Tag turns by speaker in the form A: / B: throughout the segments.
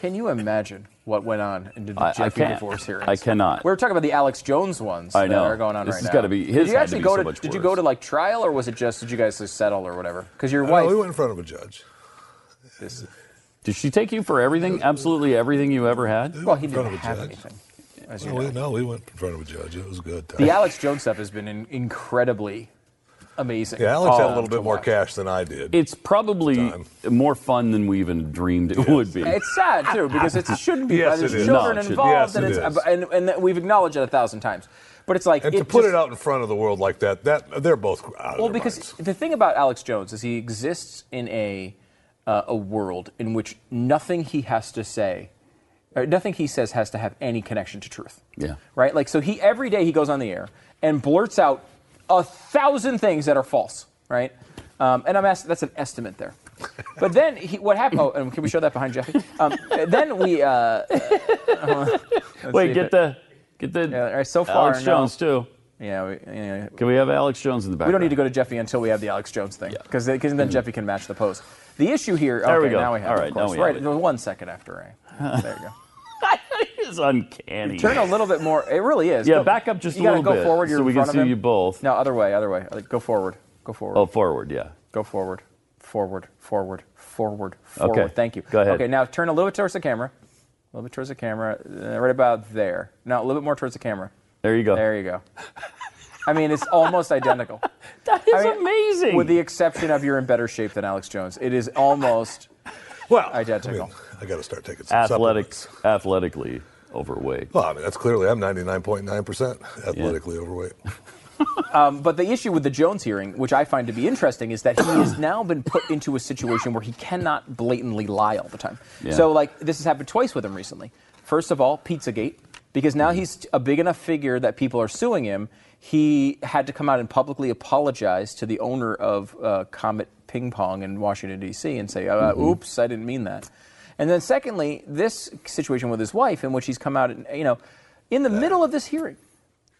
A: Can you imagine what went on in the
B: I- I
A: JP
B: can't.
A: divorce hearings?
B: I cannot.
A: We were talking about the Alex Jones ones
B: I know.
A: that are going on
B: This
A: right
B: has
A: now.
B: gotta be- his
A: Did you
B: had to
A: actually
B: be
A: go
B: so
A: to?
B: much
A: did you
B: worse.
A: go to like trial or was it just did you guys just settle or whatever? Because your
C: No,
A: wife.
C: Uh, we went in front of a judge.
A: this-
B: Did she take you for everything? Absolutely everything you ever had?
A: well, he
C: in front
A: didn't
C: of a
A: have
C: judge.
A: anything. As you
C: No we,
A: know.
C: no, we went in front of a judge. It was a good. Time.
A: The Alex Jones stuff has been in, incredibly amazing.
C: yeah, Alex had a
A: um,
C: little
A: to
C: bit more
A: watch.
C: cash than I did.
B: It's probably
C: Time.
B: more fun than we even dreamed it would be.
A: It's sad too because it's, it shouldn't be.
C: Yes,
A: right? There's
C: it is.
B: No, it
A: children
B: shouldn't.
A: involved,
C: Yes, it
A: and it's
C: is.
A: and, and that we've acknowledged it a thousand times. But it's like
C: and to put
A: just-
C: it out in front of the world like that, that they're both out of
A: Well,
C: their
A: because
C: minds.
A: the thing about Alex Jones is he exists in a uh, a world in which nothing he has to say, or nothing he says has to have any connection to truth.
B: Yeah.
A: Right. Like so, he every day he goes on the air and blurts out a thousand things that are false. Right. Um, and I'm asked, that's an estimate there. But then he, what happened? Oh, and can we show that behind Jeffy? Um, then we. Uh,
B: Wait, get the get the
A: all right, so far,
B: Alex
A: no.
B: Jones too.
A: yeah. We, yeah
B: Can we have Alex Jones in the back?
A: We don't need to go to Jeffy until we have the Alex Jones thing, because then Jeffy can match the pose. The issue here.
B: Mm-hmm. There
A: okay,
B: we go.
A: Now we have.
B: All
A: it,
B: right,
A: Of
B: now
A: course.
B: we have
A: right.
B: it.
A: no, One second after A. There you go.
B: It's uncanny.
A: Turn a little bit more. It really is.
B: Yeah,
A: Go-
B: back up just
A: you
B: a little
A: gotta go
B: bit
A: forward. You're
B: so
A: in
B: we can
A: front of
B: see
A: him.
B: you both.
A: No, other way. Other way. Like, Go forward. Go forward.
B: Oh, forward, yeah.
A: Go forward. Forward. Forward. Forward. Forward.
B: Okay,
A: Thank you.
B: go ahead.
A: Okay. Now turn a little bit towards the camera. A little bit towards the camera. Uh, right about there. Now a little bit more towards the camera.
B: There you go.
A: There you go. I mean, it's almost identical.
B: That is
A: I mean,
B: amazing.
A: With the exception of you're in better shape than Alex Jones. It is almost
C: well,
A: identical.
C: I, got to start taking some
B: athletics,
C: supplements.
B: athletically overweight.
C: Well, I mean, that's clearly I'm 99.9% athletically overweight.
A: But the issue with the Jones hearing, which I find to be interesting, is that he has now been put into a situation where he cannot blatantly lie all the time.
B: Yeah.
A: So, like, this has happened twice with him recently. First of all, Pizzagate, because now he's a big enough figure that people are suing him. He had to come out and publicly apologize to the owner of uh, Comet Ping Pong in Washington, D.C., and say, uh, oops, I didn't mean that. And then, secondly, this situation with his wife, in which he's come out and, you know, in the middle of this hearing,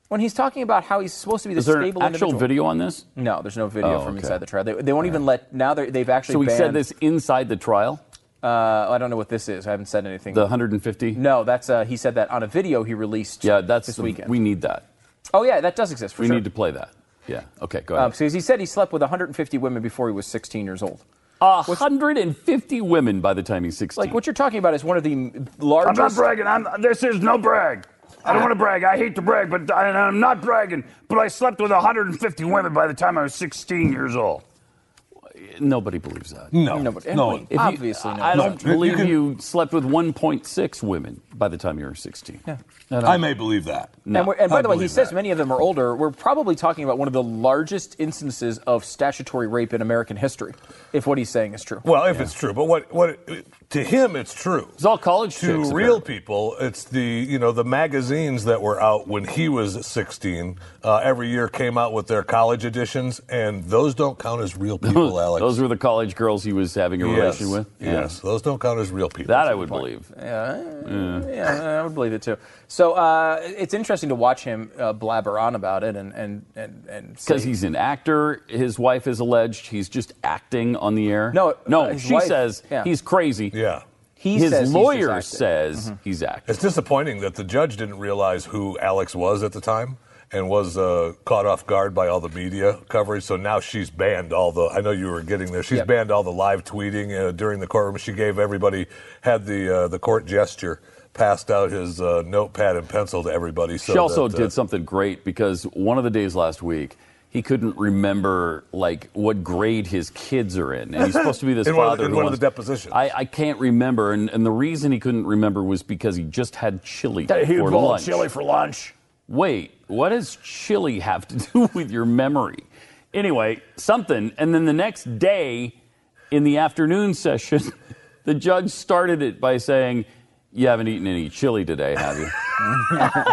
A: when he's talking about how he's supposed to be the
B: Is there an
A: stable
B: actual
A: individual.
B: video on this?
A: No, there's no video
B: Oh,
A: from
B: okay.
A: inside the trial. They, they won't even let. Now they're- they've actually.
B: So we
A: banned,
B: said this inside the trial,
A: Uh, I don't know what this is. I haven't said anything.
B: the 150.
A: no, that's uh, he said that on a video he released.
B: Yeah, that's
A: this
B: the-
A: weekend.
B: We need that.
A: oh yeah, that does exist. For
B: We
A: sure.
B: need to play that. Yeah. Okay. Go
A: Um,
B: ahead.
A: because he said he slept with 150 women before he was 16 years old.
B: A 150 women by the time he's 16.
A: Like what you're talking about is one of the m- largest.
B: bragging. I'm, this is no brag. I don't want to brag. I hate to brag, but I, I'm not bragging. But I slept with 150 women by the time I was 16 years old. Nobody believes that.
D: No.
A: No, but-
D: no.
B: If you-
A: Obviously not.
B: I don't
D: No, you
B: believe
D: can-
B: you slept with 1.6 women by the time you were 16. Yeah.
D: I may believe that.
A: and, we're- and by
D: I
A: the way, he
D: believe
A: says
D: that.
A: many of them are older. We're probably talking about one of the largest instances of statutory rape in American history, if what he's saying is true.
C: Well, if it's true, but what what to him it's true.
B: It's all college
C: to
B: chicks,
C: real
B: apparently.
C: people, it's the you know the magazines that were out when he was 16. Uh, every year came out with their college editions, and those don't count as real people, Alex.
B: Those were the college girls he was having a
C: yes.
B: relation with. Yeah.
C: Yes, those don't count as real people.
B: That I would believe.
A: Yeah, I would believe it too. So uh, it's interesting to watch him uh, blabber on about it and and and and say-
B: Because he's an actor, his wife is alleged he's just acting on the air.
A: No,
B: no,
A: uh, his
B: she
A: wife-
B: says
A: yeah.
B: he's crazy.
C: yeah.
A: He
B: His
A: says he's
B: lawyer
A: just acting. Mm-hmm.
B: says he's acting.
C: It's disappointing that the judge didn't realize who Alex was at the time and was uh, caught off guard by all the media coverage. So now she's banned all the. I know you were getting there. She's
A: Yep.
C: banned all the live tweeting uh, during the courtroom. She gave everybody had the uh, the court gesture. Passed out his uh, notepad and pencil to everybody. So
B: she also
C: that, uh,
B: did something great because one of the days last week he couldn't remember like what grade his kids are in, and he's supposed to be this
C: In one of the-
B: father.
C: in
B: who
C: one of
B: wants-
C: the depositions.
B: I, I can't remember, and, and the reason he couldn't remember was because he just had chili
E: Got a huge
B: for
E: bowl
B: lunch.
E: of chili for lunch.
B: Wait, what does chili have to do with your memory? Anyway, something. And then the next day in the afternoon session, the judge started it by saying, You haven't eaten any chili today, have you?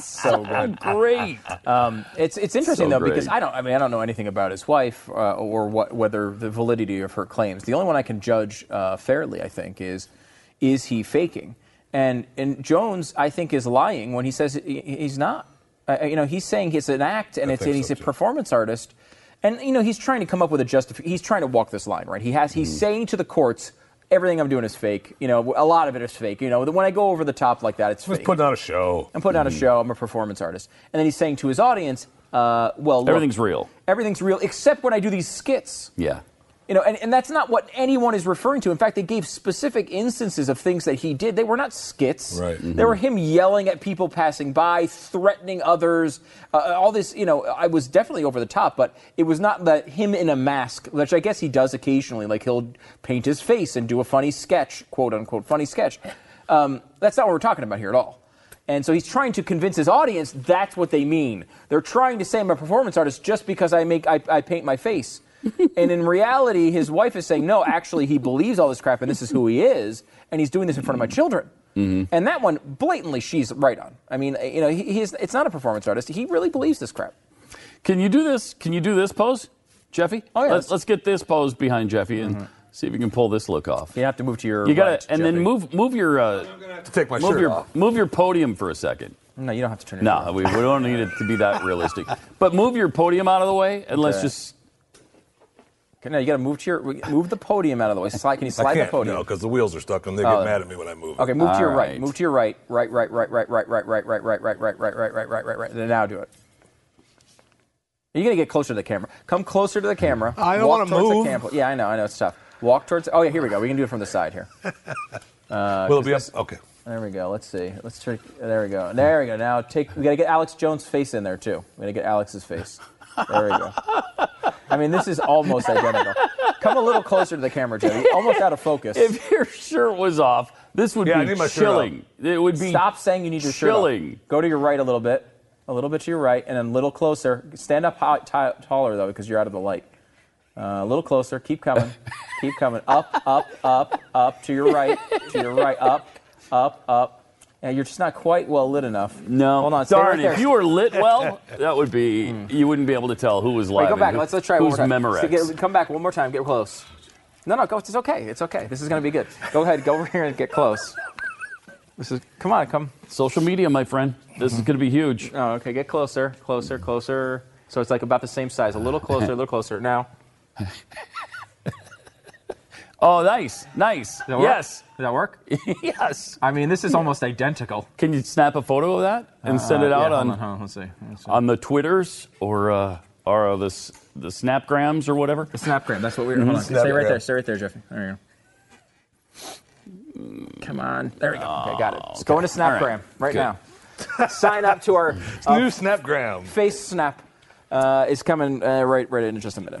A: So good.
B: Great.
A: Um, It's it's interesting
B: So
A: though because
B: great.
A: I don't I mean I don't know anything about his wife uh, or what whether the validity of her claims. The only one I can judge uh, fairly I think is is he faking? And and Jones I think is lying when he says he- he's not. Uh, you know he's saying it's an act and
C: I
A: it's
C: think
A: and he's
C: so,
A: a
C: too.
A: performance artist, and you know he's trying to come up with a justif- He's trying to walk this line right. He has
C: Mm-hmm.
A: he's saying to the courts. Everything I'm doing is fake. You know, a lot of it is fake. You know, when I go over the top like that, it's
C: was
A: fake.
C: putting on a show.
A: I'm putting on a
B: Mm-hmm.
A: show. I'm a performance artist. And then he's saying to his audience, uh, well, look,
B: Everything's real.
A: Everything's real, except when I do these skits.
B: Yeah.
A: You know, and, and that's not what anyone is referring to. In fact, they gave specific instances of things that he did. They were not skits.
C: Right. Mhm.
A: They were him yelling at people passing by, threatening others. Uh, all this, you know, I was definitely over the top, but it was not that him in a mask, which I guess he does occasionally. Like he'll paint his face and do a funny sketch, quote unquote, funny sketch. Um, that's not what we're talking about here at all. And so he's trying to convince his audience that's what they mean. They're trying to say I'm a performance artist just because I make I, I paint my face. and in reality, his wife is saying, no, actually, he believes all this crap, and this is who he is, and he's doing this in front of my children. And that one, blatantly, she's right on. I mean, you know, he, he's, it's not a performance artist. He really believes this crap.
B: Can you do this? Can you do this pose, Jeffy?
A: Oh, yeah.
B: Let's, let's get this pose behind Jeffy and see if you can pull this look off.
A: You have to move to your
B: You gotta,
A: right,
B: and then
A: Jeffy.
B: move move your uh,
C: To take my
B: move
C: shirt
B: your
C: off.
B: move your podium for a second.
A: No, you don't have to turn it
B: No, we, we don't need it to be that realistic. But move your podium out of the way and let's
A: Okay.
B: just.
A: No, you got to move to your, move the podium out of the way. Slide, can you
C: I
A: slide the
C: can't
A: podium?
C: because the wheels are stuck and they
B: Oh.
C: get mad at me when I move.
A: Okay, move to your
B: All
A: right.
B: right.
A: Move to your right. Right, right, right, right, right, right, right, right, right, right, right, right, right, right, right, right, right. Then now do it. You're gonna get closer to the camera. Come closer to the camera.
F: I don't
A: Walk
F: wanna
A: towards the
F: move.
A: camera. Yeah, I know, I know it's tough. Walk towards. Oh yeah, here we go. We can do it from the side here.
C: Will it be up? Okay.
A: There we go. Let's see. Let's try. There we go. There we go. Now take. We gotta get Alex Jones' face in there too. We gotta get Alex's face. There we go. I mean, this is almost identical. Come a little closer to the camera, Jody. Almost out of focus.
B: If your shirt was off, this would
C: Yeah, I
B: be
C: need my shirt
B: chilling. It would be.
A: Stop saying you need your shirt
B: chilling.
A: off. Go to your right a little bit, a little bit to your right, and then a little closer. Stand up high, ti taller though, because you're out of the light. Uh, a little closer. Keep coming. Keep coming. Up, up, up, up to your right, to your right, up, up, up. And you're just not quite well lit enough.
B: No,
A: Hold on. Stay
B: darn!
A: right there.
B: If you were lit well, that would be. You wouldn't be able to tell who was live.
A: Wait, go
B: and
A: back.
B: who-
A: Let's, let's try it one
B: Who's
A: more time.
B: Memorex?
A: So get- come back one more time. Get close. No, no, go. It's okay. It's okay. This is gonna be good. Go ahead. Go over here and get close. This is. Come on. Come.
B: Social media, my friend. This is going to be huge.
A: Oh, okay. Get closer, closer, closer. So it's like about the same size. A little closer, a little closer. Now.
B: Oh, nice, nice.
A: Does that work?
B: Yes,
A: Does that work?
B: yes.
A: I mean, this is almost identical.
B: Can you snap a photo of that and send it out
A: Uh, yeah,
B: on,
A: Hold on, hold on. Let's see. Let's see.
B: on the Twitters or uh, or the s- the Snapgrams or whatever?
A: Snapgram. That's what we were. Hold on. Stay right
C: Snapgram.
A: there. Stay right there, Jeffy. There you go. Come on. There we go. Okay, got it. It's going to Snapgram
B: All right.
A: right,
B: Good.
A: now. Sign up to our uh,
C: New Snapgram.
A: face snap. Uh, is coming uh, right right in just a minute.